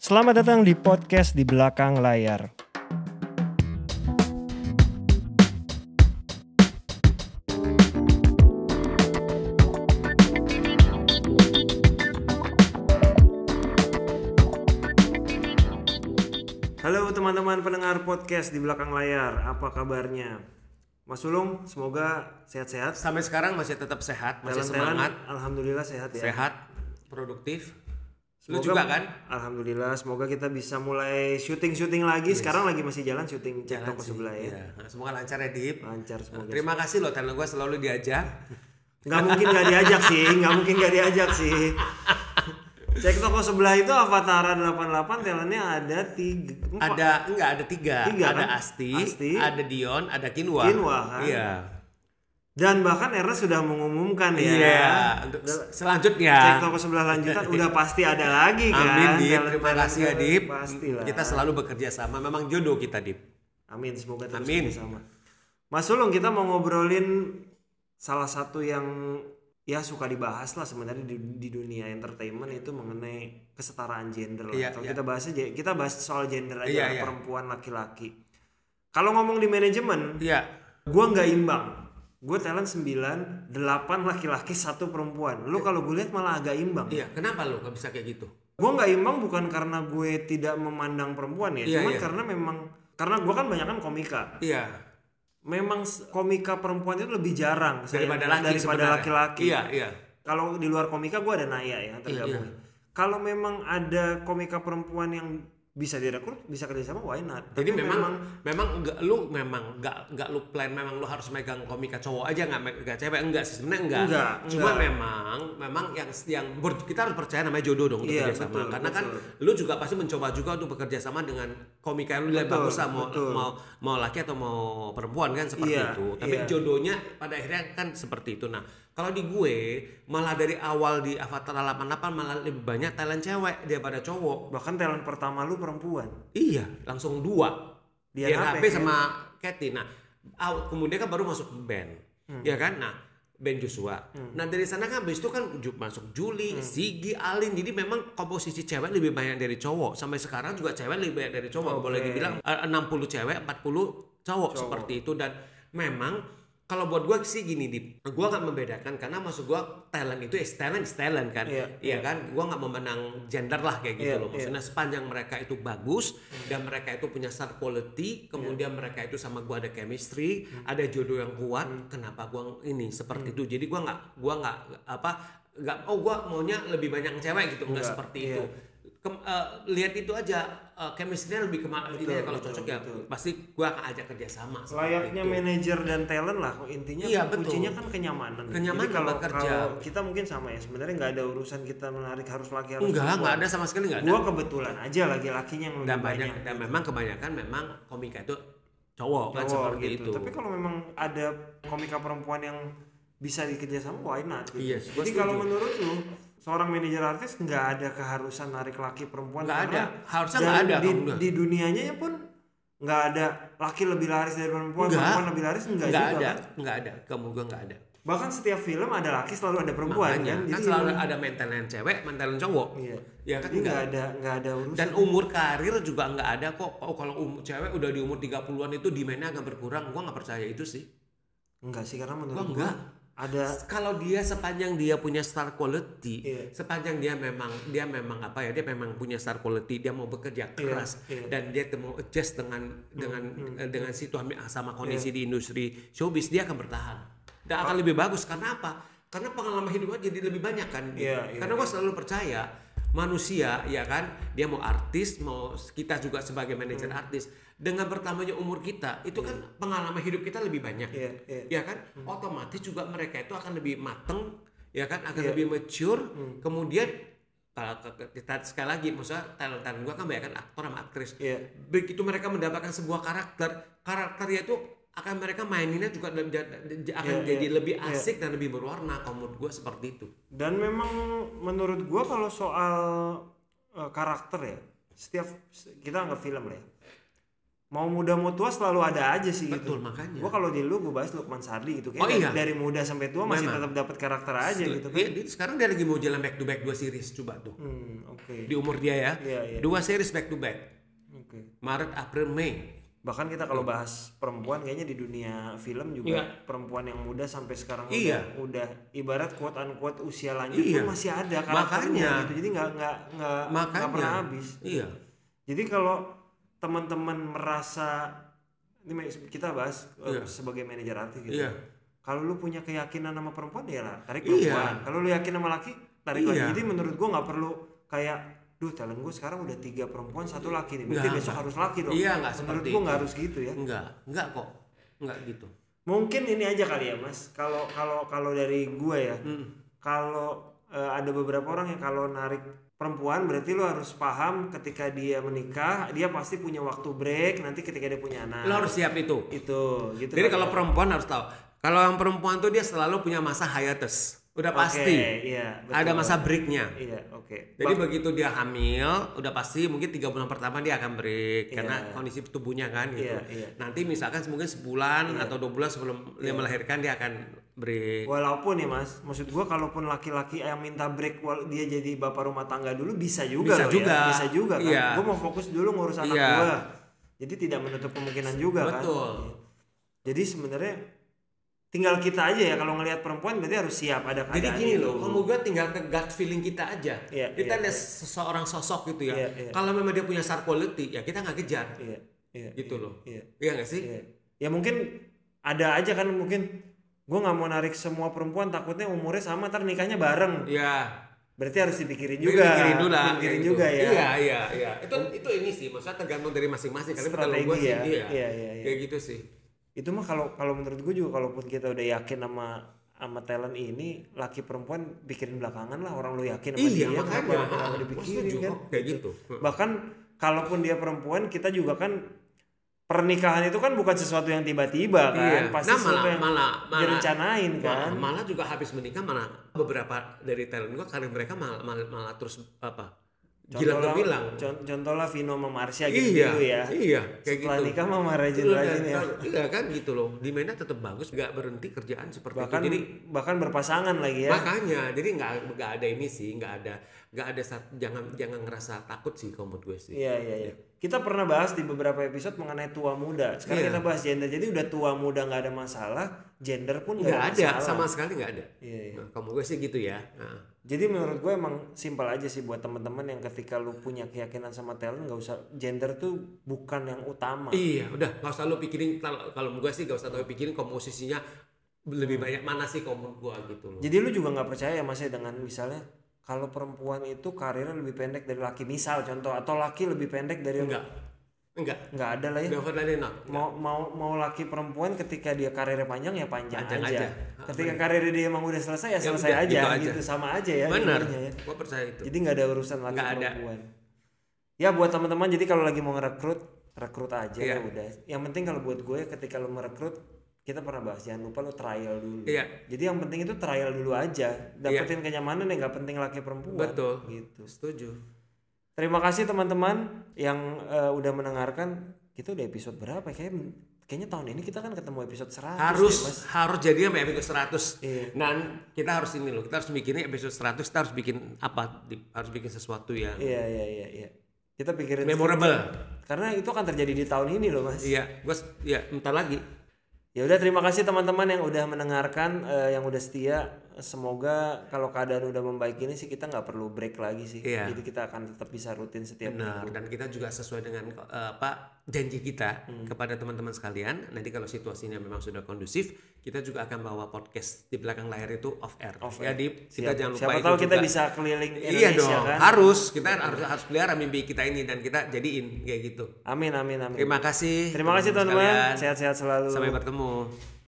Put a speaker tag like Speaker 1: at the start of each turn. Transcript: Speaker 1: Selamat datang di podcast di belakang layar. Halo teman-teman pendengar podcast di belakang layar, apa kabarnya? Mas Ulung, semoga sehat-sehat.
Speaker 2: Sampai sekarang masih tetap sehat, masih
Speaker 1: Talent-talent,
Speaker 2: semangat,
Speaker 1: alhamdulillah sehat ya.
Speaker 2: sehat, produktif. Lu
Speaker 1: Semoga-
Speaker 2: juga kan?
Speaker 1: Alhamdulillah, semoga kita bisa mulai syuting-syuting lagi. Sekarang lagi masih jalan syuting cek toko
Speaker 2: Sih,
Speaker 1: sebelah ya.
Speaker 2: iya. Semoga lancar ya, Dip.
Speaker 1: Lancar semoga.
Speaker 2: Terima kasih loh karena gue selalu diajak.
Speaker 1: Nggak mungkin nggak diajak sih, nggak mungkin nggak diajak sih. Cek toko sebelah itu Avatara 88 talentnya ada tiga, empat.
Speaker 2: Ada enggak ada tiga,
Speaker 1: Tiga,
Speaker 2: ada
Speaker 1: kan?
Speaker 2: Asti,
Speaker 1: Asti.
Speaker 2: ada Dion, ada Kinwa.
Speaker 1: Kinwa, kan?
Speaker 2: Iya.
Speaker 1: Dan bahkan Ernest sudah mengumumkan ya.
Speaker 2: Iya, untuk
Speaker 1: Udah-
Speaker 2: selanjutnya.
Speaker 1: Cek toko sebelah lanjutan udah pasti ada lagi kan.
Speaker 2: Amin, Dip.
Speaker 1: Talent-
Speaker 2: Terima kasih ya,
Speaker 1: talent-
Speaker 2: Dip.
Speaker 1: Pastilah.
Speaker 2: Kita selalu bekerja sama. Memang jodoh kita, Dip.
Speaker 1: Amin, semoga terus
Speaker 2: Amin.
Speaker 1: sama. Mas Sulung, kita mau ngobrolin salah satu yang ya suka dibahas lah sebenarnya di, di dunia entertainment itu mengenai kesetaraan gender lah.
Speaker 2: Iya,
Speaker 1: Kalau
Speaker 2: iya.
Speaker 1: kita bahasnya je- kita bahas soal gender aja
Speaker 2: Iya,
Speaker 1: lah,
Speaker 2: iya.
Speaker 1: perempuan laki-laki. Kalau ngomong di manajemen,
Speaker 2: Iya.
Speaker 1: gua nggak imbang. Gue talent 9, 8 laki-laki, satu perempuan. Lu kalau gue lihat malah agak imbang.
Speaker 2: Iya, kenapa lu nggak bisa kayak gitu?
Speaker 1: Gue nggak imbang bukan karena gue tidak memandang perempuan ya,
Speaker 2: Iya,
Speaker 1: cuman
Speaker 2: iya.
Speaker 1: karena memang karena gue kan banyak komika
Speaker 2: Iya.
Speaker 1: memang s- komika perempuan itu lebih jarang saya-
Speaker 2: Daripada laki
Speaker 1: daripada
Speaker 2: sebenarnya.
Speaker 1: laki-laki.
Speaker 2: Iya, iya.
Speaker 1: Kalau di luar komika gue ada Naya ya tergabung. Kalau memang ada komika perempuan yang bisa direkrut, bisa kerjasama, why not?
Speaker 2: Jadi
Speaker 1: Tapi
Speaker 2: memang memang enggak lu memang enggak enggak lu plan memang lu harus megang komika cowok aja enggak megang cewek enggak sih sebenarnya enggak.
Speaker 1: Enggak,
Speaker 2: Cuma
Speaker 1: enggak.
Speaker 2: memang memang yang yang ber- kita harus percaya namanya jodoh dong untuk
Speaker 1: Iya,
Speaker 2: kerja sama.
Speaker 1: betul,
Speaker 2: Karena kan
Speaker 1: betul.
Speaker 2: lu juga pasti mencoba juga untuk bekerja sama dengan komika yang lu lihat
Speaker 1: Betul,
Speaker 2: bagus lah, mau,
Speaker 1: betul.
Speaker 2: mau mau lagi atau mau perempuan kan seperti
Speaker 1: Iya,
Speaker 2: itu. Tapi
Speaker 1: iya.
Speaker 2: jodohnya pada akhirnya kan seperti itu. Nah, kalau di gue malah dari awal di Avatar 88 malah lebih banyak talent cewek daripada cowok.
Speaker 1: bahkan talent pertama lu perempuan.
Speaker 2: Iya, langsung dua.
Speaker 1: Dian
Speaker 2: Dian
Speaker 1: Ape,
Speaker 2: HP
Speaker 1: kan?
Speaker 2: sama Kathy. Nah, aw- kemudian kan baru masuk band.
Speaker 1: Hmm.
Speaker 2: Ya kan? Nah, band Joshua. Nah, dari sana kan habis itu kan ju- masuk Juli,
Speaker 1: Hmm.
Speaker 2: Ziggy, Alin. Jadi memang komposisi cewek lebih banyak dari cowok. Sampai sekarang juga cewek lebih banyak dari cowok.
Speaker 1: Oke.
Speaker 2: Boleh dibilang eh, 60 cewek, 40 cowok, seperti itu dan memang kalau buat gue sih gini di gue nggak membedakan karena maksud gue talent itu is talent is talent kan
Speaker 1: Iya,
Speaker 2: iya kan gue nggak memandang gender lah kayak gitu
Speaker 1: Iya,
Speaker 2: loh
Speaker 1: iya.
Speaker 2: maksudnya Nah, sepanjang mereka itu bagus dan mereka itu punya star quality, kemudian mereka itu sama gua ada chemistry, ada jodoh yang kuat, kenapa gua ini seperti itu. Jadi gua nggak gua nggak apa nggak oh gua maunya lebih banyak cewek gitu,
Speaker 1: Nggak,
Speaker 2: enggak seperti
Speaker 1: iya.
Speaker 2: itu. Kem- eh, lihat itu aja eh, chemistry-nya lebih kemana ini
Speaker 1: Betul,
Speaker 2: ya, kalau
Speaker 1: betul,
Speaker 2: cocok ya
Speaker 1: betul.
Speaker 2: pasti gua akan ajak kerja sama. seperti
Speaker 1: Layaknya
Speaker 2: itu.
Speaker 1: manajer dan talent lah intinya
Speaker 2: Gitu. Iya,
Speaker 1: kan
Speaker 2: betul.
Speaker 1: kuncinya kan kenyamanan. Jadi
Speaker 2: Kenyamanan
Speaker 1: kalau,
Speaker 2: bekerja.
Speaker 1: kalau kita mungkin sama ya sebenarnya nggak ada urusan kita menarik harus laki harus
Speaker 2: enggak, enggak
Speaker 1: perempuan.
Speaker 2: ada sama sekali enggak ada.
Speaker 1: Gua kebetulan aja laki-lakinya yang lebih
Speaker 2: Dan banyak,
Speaker 1: banyak gitu.
Speaker 2: dan memang kebanyakan memang komika itu cowok, kan
Speaker 1: cowok
Speaker 2: seperti
Speaker 1: gitu.
Speaker 2: itu.
Speaker 1: Tapi kalau memang ada komika perempuan yang bisa dikerjasama, why not? Gitu.
Speaker 2: Yes, Iya, gua
Speaker 1: Jadi
Speaker 2: setuju.
Speaker 1: kalau menurut lu seorang manajer artis nggak ada keharusan narik laki perempuan
Speaker 2: Nggak
Speaker 1: karena
Speaker 2: ada. Harusnya
Speaker 1: dan
Speaker 2: nggak
Speaker 1: di,
Speaker 2: ada, kalau nggak.
Speaker 1: di dunianya pun nggak ada laki lebih laris dari perempuan
Speaker 2: Nggak.
Speaker 1: perempuan lebih laris nggak,
Speaker 2: Enggak
Speaker 1: juga,
Speaker 2: ada,
Speaker 1: kan?
Speaker 2: enggak ada. Kamu gua enggak ada.
Speaker 1: bahkan setiap film ada laki selalu ada perempuan
Speaker 2: Makanya,
Speaker 1: kan
Speaker 2: kan
Speaker 1: Jadi
Speaker 2: selalu
Speaker 1: emang-
Speaker 2: ada maintenance cewek, maintenance cowok.
Speaker 1: iya.
Speaker 2: Ya kan
Speaker 1: Jadi
Speaker 2: enggak.
Speaker 1: nggak ada nggak ada urusan
Speaker 2: Dan umur karir juga nggak ada kok. Oh, kalau um- cewek udah di umur 30-an itu demand-nya agak berkurang. Gua nggak percaya itu sih.
Speaker 1: nggak sih karena menurut
Speaker 2: Gua
Speaker 1: gua
Speaker 2: enggak.
Speaker 1: ada
Speaker 2: Kalau dia sepanjang dia punya star quality,
Speaker 1: Iya.
Speaker 2: sepanjang dia memang dia memang apa ya, dia memang punya star quality, dia mau bekerja keras
Speaker 1: iya. Hmm,
Speaker 2: dan dia mau adjust dengan dengan eh, dengan situasi sama
Speaker 1: Iya.
Speaker 2: kondisi di industri showbiz dia akan bertahan. Dan akan
Speaker 1: Ah.
Speaker 2: lebih bagus karena apa? Karena pengalaman hidup gua jadi lebih banyak kan. gitu.
Speaker 1: Iya, iya.
Speaker 2: Karena gua selalu percaya manusia ya kan, dia mau artis, mau kita juga sebagai manajer
Speaker 1: Hmm.
Speaker 2: artis dengan bertambahnya umur kita, itu kan pengalaman hidup kita lebih banyak
Speaker 1: Iya, iya.
Speaker 2: ya kan otomatis juga mereka itu akan lebih mateng ya kan
Speaker 1: Iya.
Speaker 2: akan
Speaker 1: Hmm.
Speaker 2: lebih mature kemudian kalau ke- ke- kita sekali lagi maksudnya talent talent gue kan banyak kan aktor sama aktris
Speaker 1: Iya.
Speaker 2: begitu mereka mendapatkan sebuah karakter karakternya itu akan mereka maininnya juga lebih- akan
Speaker 1: Iya,
Speaker 2: jadi
Speaker 1: iya.
Speaker 2: lebih
Speaker 1: Iya.
Speaker 2: asik dan lebih berwarna kalau menurut gue seperti itu
Speaker 1: dan memang menurut gua kalau soal eh, karakter ya setiap kita anggap film lah ya mau muda mau tua selalu ada aja sih gitu.
Speaker 2: Betul, makanya.
Speaker 1: Gua kalau di lu gue bahas Lukman Sardi gitu kayak
Speaker 2: Oh, iya.
Speaker 1: dari muda sampai tua masih
Speaker 2: Memang.
Speaker 1: tetap dapat karakter aja gitu kan.
Speaker 2: Iya, dia- sekarang dia lagi mau jalan back to back dua series coba tuh.
Speaker 1: Hmm, oke.
Speaker 2: Di umur dia ya.
Speaker 1: Iya, iya.
Speaker 2: Dua series back to back.
Speaker 1: Oke.
Speaker 2: Maret, April, Mei.
Speaker 1: Bahkan kita kalau bahas perempuan kayaknya di dunia film juga
Speaker 2: Iya.
Speaker 1: perempuan yang muda sampai sekarang
Speaker 2: Iya.
Speaker 1: udah, udah ibarat quote unquote usia lanjut
Speaker 2: Iya.
Speaker 1: pun masih ada
Speaker 2: Makanya.
Speaker 1: karakternya gitu. Jadi nggak nggak nggak
Speaker 2: Makanya.
Speaker 1: nggak pernah habis.
Speaker 2: Iya.
Speaker 1: Jadi kalau teman-teman merasa ini ma- kita bahas eh,
Speaker 2: Iya.
Speaker 1: sebagai manajer artis gitu.
Speaker 2: Iya.
Speaker 1: Kalau lu punya keyakinan sama perempuan ya lah, tarik
Speaker 2: Iya.
Speaker 1: perempuan. Kalau lu yakin sama laki, tarik lagi.
Speaker 2: Iya.
Speaker 1: Jadi menurut gua nggak perlu kayak duh talent gua sekarang udah tiga perempuan satu laki nih. Berarti
Speaker 2: Nggak,
Speaker 1: besok
Speaker 2: nggak.
Speaker 1: harus laki dong.
Speaker 2: Iya, nggak
Speaker 1: menurut
Speaker 2: seperti
Speaker 1: gua
Speaker 2: itu.
Speaker 1: nggak harus gitu ya.
Speaker 2: Enggak, enggak kok. Enggak gitu.
Speaker 1: Mungkin ini aja kali ya, Mas. Kalau kalau kalau dari gua ya.
Speaker 2: Mm.
Speaker 1: Kalau eh, ada beberapa orang yang kalau narik perempuan berarti lu harus paham ketika dia menikah, dia pasti punya waktu break nanti ketika dia punya anak.
Speaker 2: Nah, Lo harus siap itu.
Speaker 1: itu gitu.
Speaker 2: Jadi
Speaker 1: kali
Speaker 2: kalau
Speaker 1: ya.
Speaker 2: perempuan harus tahu. Kalau yang perempuan tuh dia selalu punya masa hiatus. Udah
Speaker 1: Oke,
Speaker 2: pasti.
Speaker 1: iya,
Speaker 2: Ada
Speaker 1: betul.
Speaker 2: masa breaknya.
Speaker 1: Iya, oke.
Speaker 2: Jadi begitu dia hamil, udah pasti mungkin tiga bulan pertama dia akan break karena
Speaker 1: Iya.
Speaker 2: kondisi tubuhnya kan gitu.
Speaker 1: Iya, iya.
Speaker 2: Nanti misalkan mungkin sebulan atau dua bulan sebelum dia melahirkan dia akan break.
Speaker 1: Walaupun ya mas, maksud gua kalaupun laki-laki yang minta break wal- dia jadi bapak rumah tangga dulu bisa juga
Speaker 2: Bisa
Speaker 1: loh
Speaker 2: juga.
Speaker 1: ya, bisa juga kan.
Speaker 2: Iya.
Speaker 1: Gua mau fokus dulu ngurus anak
Speaker 2: Iya.
Speaker 1: gua, jadi tidak menutup kemungkinan juga kan.
Speaker 2: Betul.
Speaker 1: Jadi sebenarnya tinggal kita aja ya kalau ngelihat perempuan berarti harus siap ada
Speaker 2: Jadi
Speaker 1: keadaan
Speaker 2: gini
Speaker 1: itu.
Speaker 2: loh, kalau gue tinggal ke gut feeling kita aja.
Speaker 1: Iya, iya,
Speaker 2: kita lihat seseorang sosok gitu ya.
Speaker 1: Iya, iya.
Speaker 2: Kalau memang dia punya star quality, ya kita nggak kejar.
Speaker 1: Iya, iya,
Speaker 2: Gitu
Speaker 1: iya,
Speaker 2: loh.
Speaker 1: Iya,
Speaker 2: Iya nggak sih?
Speaker 1: iya. Ya mungkin ada aja kan mungkin gua nggak mau narik semua perempuan takutnya umurnya sama ntar nikahnya bareng.
Speaker 2: Iya.
Speaker 1: Berarti harus dipikirin juga.
Speaker 2: Pikirin dulu lah.
Speaker 1: Dipikirin
Speaker 2: kayak gitu.
Speaker 1: juga ya. Oh.
Speaker 2: Iya, iya, iya. Itu itu ini sih, maksudnya tergantung dari masing-masing. Karena kalau
Speaker 1: Strategi
Speaker 2: gue sih,
Speaker 1: ya.
Speaker 2: iya.
Speaker 1: Iya, iya, iya.
Speaker 2: Kayak gitu sih.
Speaker 1: itu mah kalau kalau menurut gue juga kalaupun kita udah yakin sama sama talent ini laki perempuan pikirin belakangan lah orang lu yakin sama
Speaker 2: Iya,
Speaker 1: dia
Speaker 2: makanya.
Speaker 1: kenapa kenapa
Speaker 2: Ah,
Speaker 1: dipikirin
Speaker 2: setuju.
Speaker 1: kan
Speaker 2: Kayak gitu.
Speaker 1: bahkan kalaupun dia perempuan kita juga kan pernikahan itu kan bukan sesuatu yang tiba-tiba kan
Speaker 2: Iya.
Speaker 1: pasti
Speaker 2: Nah,
Speaker 1: sesuatu
Speaker 2: malah-
Speaker 1: yang
Speaker 2: malah- malah-
Speaker 1: direncanain kan
Speaker 2: Malah, malah juga habis menikah malah beberapa dari talent gue karena mereka malah, malah, malah terus apa? Gilang
Speaker 1: lah-
Speaker 2: terbilang.
Speaker 1: con- contoh lah Vino sama Marsha gitu,
Speaker 2: Iya,
Speaker 1: ya
Speaker 2: iya, kayak
Speaker 1: setelah
Speaker 2: gitu.
Speaker 1: nikah mah rajin-rajin ya
Speaker 2: Iya kan gitu loh. Demandnya tetap bagus, nggak berhenti kerjaan seperti
Speaker 1: bahkan
Speaker 2: itu. Jadi
Speaker 1: bahkan berpasangan lagi ya
Speaker 2: makanya, jadi nggak nggak ada ini sih, nggak ada nggak ada sat- jangan jangan ngerasa takut sih kalau menurut gue sih.
Speaker 1: Iya iya iya. Kita pernah bahas di beberapa episode mengenai tua muda. Sekarang
Speaker 2: Iya.
Speaker 1: kita bahas gender. Jadi udah tua muda nggak ada masalah, gender pun
Speaker 2: Nggak
Speaker 1: masalah.
Speaker 2: ada, sama sekali nggak ada.
Speaker 1: Iya, iya.
Speaker 2: Nah, kalau menurut gue sih gitu ya. Nah,
Speaker 1: Jadi menurut gue emang simpel aja sih buat teman-teman yang ketika lu punya keyakinan sama talent nggak usah gender tuh bukan yang utama.
Speaker 2: Iya, udah nggak usah lo pikirin kalau kalau gue sih nggak usah terlalu pikirin komposisinya lebih banyak mana sih kalau menurut gue gitu loh.
Speaker 1: Jadi lu juga nggak percaya ya Mas ya dengan misalnya kalau perempuan itu karirnya lebih pendek dari laki misal contoh atau laki lebih pendek dari
Speaker 2: Enggak, enggak,
Speaker 1: nggak ada lah ya.
Speaker 2: enggak Ferdinand, enggak.
Speaker 1: mau mau mau laki perempuan ketika dia karirnya panjang ya panjang,
Speaker 2: Panjang
Speaker 1: aja.
Speaker 2: aja.
Speaker 1: Ketika karirnya dia emang udah selesai ya
Speaker 2: Ya
Speaker 1: selesai
Speaker 2: udah,
Speaker 1: aja,
Speaker 2: gitu aja.
Speaker 1: gitu sama aja ya.
Speaker 2: Bener,
Speaker 1: intinya ya.
Speaker 2: gue percaya itu.
Speaker 1: Jadi nggak ada urusan laki
Speaker 2: Nggak ada.
Speaker 1: perempuan. Ya buat teman-teman jadi kalau lagi mau ngerekrut rekrut aja ya
Speaker 2: Iya.
Speaker 1: udah. Yang penting kalau buat gue ketika lo merekrut kita pernah bahas jangan lupa lo trial dulu.
Speaker 2: Iya.
Speaker 1: Jadi yang penting itu trial dulu aja. Dapetin kenyamanan ya nggak penting laki perempuan.
Speaker 2: Betul.
Speaker 1: Gitu.
Speaker 2: Setuju.
Speaker 1: Terima kasih teman-teman yang eh, udah mendengarkan. Kita udah episode berapa? Kayaknya, kayaknya tahun ini kita kan ketemu episode 100 deh,
Speaker 2: Harus
Speaker 1: Mas.
Speaker 2: harus jadinya sampai episode 100.
Speaker 1: Iya.
Speaker 2: Dan kita harus ini loh, kita harus mikirin episode 100 kita harus bikin apa? Di- harus bikin sesuatu yang
Speaker 1: Iya, iya, iya, iya. Kita pikirin
Speaker 2: memorable.
Speaker 1: karena itu akan terjadi di tahun ini loh, Mas.
Speaker 2: Iya, gue ya bentar lagi.
Speaker 1: Ya udah terima kasih teman-teman yang udah mendengarkan, eh, yang udah setia. Semoga kalau keadaan udah membaik ini sih kita nggak perlu break lagi sih.
Speaker 2: Iya.
Speaker 1: Jadi kita akan tetap bisa rutin setiap
Speaker 2: Benar. Dan kita juga sesuai dengan eh, apa janji kita
Speaker 1: Hmm.
Speaker 2: kepada teman-teman sekalian. Nanti kalau situasinya memang sudah kondusif, kita juga akan bawa podcast di belakang layar itu off air. Jadi
Speaker 1: Siap-
Speaker 2: kita jangan lupa
Speaker 1: Siapa
Speaker 2: itu
Speaker 1: tahu kita
Speaker 2: juga.
Speaker 1: bisa keliling
Speaker 2: Iya
Speaker 1: Indonesia
Speaker 2: dong,
Speaker 1: kan.
Speaker 2: harus kita harus harus pelihara mimpi kita ini dan kita jadiin kayak gitu.
Speaker 1: Amin, amin, amin.
Speaker 2: Terima kasih.
Speaker 1: Terima kasih teman-teman.
Speaker 2: sekalian.
Speaker 1: Sehat-sehat selalu.
Speaker 2: Sampai bertemu.